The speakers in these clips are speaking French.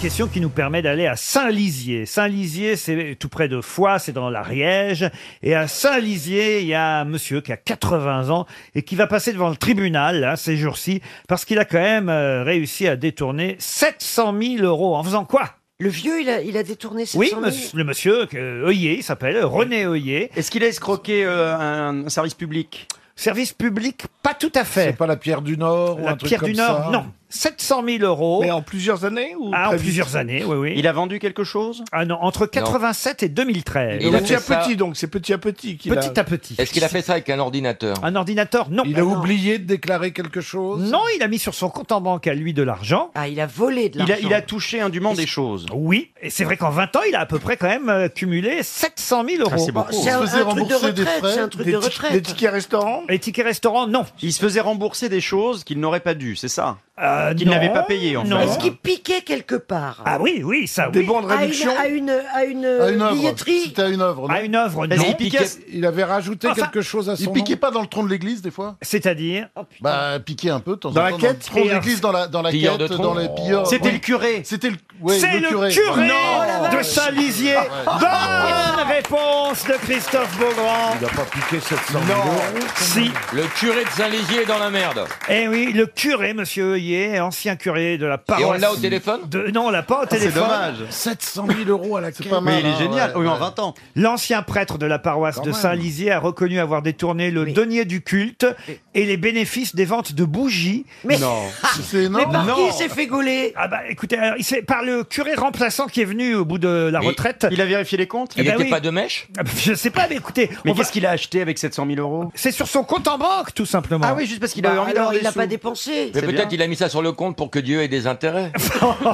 question qui nous permet d'aller à Saint-Lizier. Saint-Lizier, c'est tout près de Foix, c'est dans l'Ariège. Et à Saint-Lizier, il y a un monsieur qui a 80 ans et qui va passer devant le tribunal là, ces jours-ci parce qu'il a quand même euh, réussi à détourner 700 000 euros. En faisant quoi Le vieux, il a, il a détourné ses Oui, monsieur- le monsieur, euh, Heuillet, il s'appelle René Heuillet. Est-ce qu'il a escroqué euh, un, un service public Service public, pas tout à fait. C'est pas la pierre du Nord ou La un truc Pierre comme du Nord, ça non. 700 000 euros. Mais en plusieurs années ou Ah, en très vite plusieurs années, oui, oui. Il a vendu quelque chose Ah non, entre 87 et 2013. Il Donc a petit fait à ça- petit, donc c'est petit à petit qu'il Petit a... à petit. Est-ce qu'il a fait ça avec un ordinateur Un ordinateur Non. Il a oublié de déclarer quelque chose Ah, Non, il a mis sur son compte en banque à lui de l'argent. Ah, il a volé de il l'argent. a, il a touché indûment des choses. Oui, et c'est vrai qu'en 20 ans, il a à peu près quand même euh, cumulé 700 000 euros. Ah, c'est beaucoup. C'est un, On se faisait un truc de rembourser des retraite, frais, c'est un truc des de tic- Des retraite. tickets restaurants Et ticket restaurant, non. Il se faisait rembourser des choses qu'il n'aurait pas dû, c'est ça Euh, Qu'il non, n'avait pas payé, en non. fait. Est-ce qu'il piquait quelque part Ah oui, oui, ça, Des oui. bons de À une, réduction à une, à une, À Ah, une œuvre. Euh, billetterie C'était à une œuvre, non À une œuvre, Est-ce non. qu'il piquait Il avait rajouté Enfin, quelque chose à Ah, son Il nom piquait pas dans le tronc de l'église des fois C'est-à-dire Oh, putain. Bah piquer un peu de temps en Dans la temps, quête dans le tronc Et de l'église, dans la dans la Pilleur de quête, tronc. dans les pilleurs. C'était Oui. le curé c'était le ouais, C'est le curé, Voilà. de Saint-Lizier. Bonne réponse de Christophe Beaugrand. Il n'a pas piqué 700 000 euros. Si, Le curé de Saint-Légier est dans la merde. eh oui, le curé, monsieur Heuillet, ancien curé de la Et on paroisse. l'a au téléphone de... Non, on l'a pas au C'est téléphone. dommage. 700 000 euros à la C'est quête. pas mal. Mais il est hein, génial. ouais, oui, en ouais. 20 ans. L'ancien prêtre de la paroisse Quand de même. Saint-Lizier a reconnu avoir détourné le Mais- denier du culte et les bénéfices des ventes de bougies. Mais, C'est mais énorme. par qui il s'est fait gauler Ah bah écoutez, alors, il s'est- par le curé remplaçant qui est venu au bout de la Mais- retraite. Il a vérifié les comptes Eh Il ben n'était oui. pas de mèche Ah bah, Je sais pas, mais écoutez, Mais on va- qu'est-ce qu'il a acheté avec 700 000 euros c'est sur son compte en banque tout simplement. Ah oui, juste parce qu'il avait Bah, envie Alors, d'avoir il des n'a sous. pas dépensé. Mais C'est bien. peut-être il a mis ça sur le compte pour que Dieu ait des intérêts.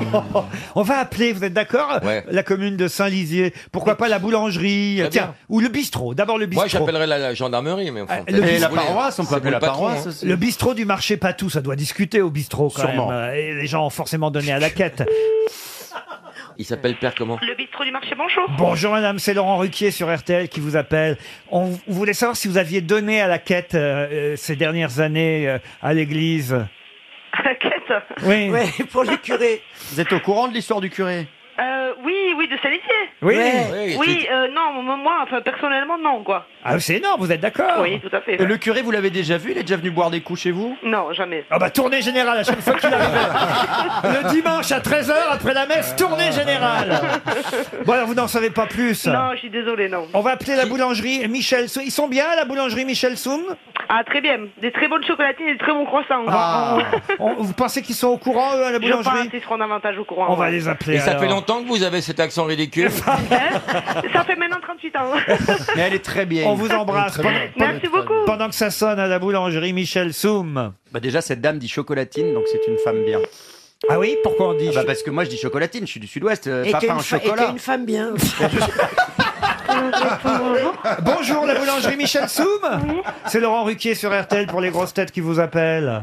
On va appeler, vous êtes d'accord Ouais. La commune de Saint-Lizier. Pourquoi pas la boulangerie Très Tiens, bien. ou le bistrot. D'abord le bistrot. Moi, j'appellerais la, la gendarmerie, mais enfin, Ah, peut-être le- que Et vous la voulez. paroisse, on peut C'est appeler le la patron, paroisse hein. aussi. Le bistrot du marché Patou, ça doit discuter au bistrot quand Sûrement. même. Et les gens ont forcément donné à la quête. Il s'appelle Père comment Le bistrot du marché, bonjour. Bonjour madame, c'est Laurent Ruquier sur RTL qui vous appelle. On v- voulait savoir si vous aviez donné à la quête euh, euh, ces dernières années euh, à l'église. Quête. Oui. Ouais, pour le curé. Vous êtes au courant de l'histoire du curé Euh, oui, oui, de Saint-Lizier. Oui. Ouais. Oui, Oui, euh, non, moi, moi, enfin, personnellement, non, quoi. Ah, c'est énorme, vous êtes d'accord Oui, tout à fait. Et Le curé, vous l'avez déjà vu Il est déjà venu boire des coups chez vous Non, jamais. Ah bah tournée générale à chaque fois qu'il arrive. Le dimanche à 13h après la messe, tournée générale. Bon alors vous n'en savez pas plus. Non, je suis désolée, non. On va appeler la boulangerie Michel Soum. Ils sont bien la boulangerie Michel Soum Ah, très bien. Des très bonnes chocolatines et des très bons croissants. hein. On- Vous pensez qu'ils sont au courant eux, à la Je pense Ah, boulangerie qu'ils seront davantage au courant. On va ouais. les appeler. Et ça alors. fait longtemps que vous avez cet accent ridicule oh Ça fait maintenant 38 ans. Mais elle est très bien. On vous embrasse. Pendant, Merci beaucoup. pendant que ça sonne à la boulangerie Michel Soum. Bah déjà, cette dame dit chocolatine, donc c'est une femme bien. Ah oui, pourquoi on dit Ah bah parce que moi je dis chocolatine, je suis du sud-ouest, euh, Et pas, t'es pas une, un fa- et t'es chocolat. une femme bien. bah, Bonjour la boulangerie Michel Soum. C'est Laurent Ruquier sur RTL pour les grosses têtes qui vous appellent.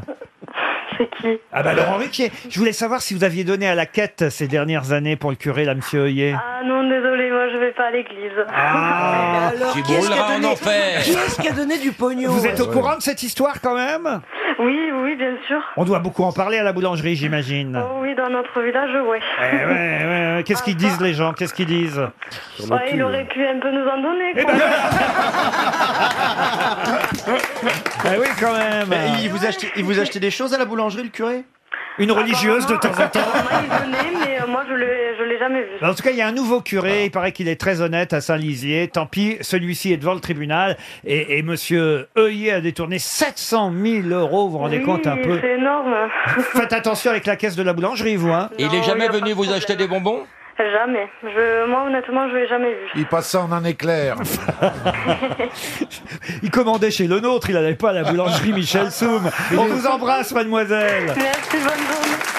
C'est qui Ah bah Laurent Ruquier, je voulais savoir si vous aviez donné à la quête ces dernières années pour le curé, là, monsieur Heuillet. Ah non, désolée, moi, je vais pas à l'église. Ah, Alors, Tu qui est-ce qui a brûleras en donné- enfer. qui est-ce qui a donné du pognon vous êtes au courant de cette histoire quand même Oui, oui, bien sûr. Oh, On doit beaucoup en parler à la boulangerie, j'imagine. oui, dans notre village, oui. Eh ouais, ouais, ouais. Qu'est-ce qu'ils disent les gens Qu'est-ce qu'ils disent Ah, il aurait pu un peu nous en donner. Eh ben, Ah oui, quand même. Mais il, vous achetait, il vous achetait des choses à la boulangerie, le curé Une religieuse de temps en temps. Ah, mais euh, moi, je l'ai, jamais vu. En tout cas, il y a un nouveau curé, il paraît qu'il est très honnête à Saint-Lizier. Tant pis, celui-ci est devant le tribunal et, et monsieur Heuillet a détourné 700 000 euros, vous vous rendez compte un peu c'est énorme. Faites attention avec la caisse de la boulangerie, vous, hein Il Non, est jamais y a pas venu de vous problème. acheter des bonbons Jamais. Je, moi, honnêtement, je l'ai jamais vu. Il passe ça en un éclair. Il commandait chez le nôtre, il n'allait pas à la boulangerie Michel Soum. On vous embrasse, mademoiselle Merci, bonne journée.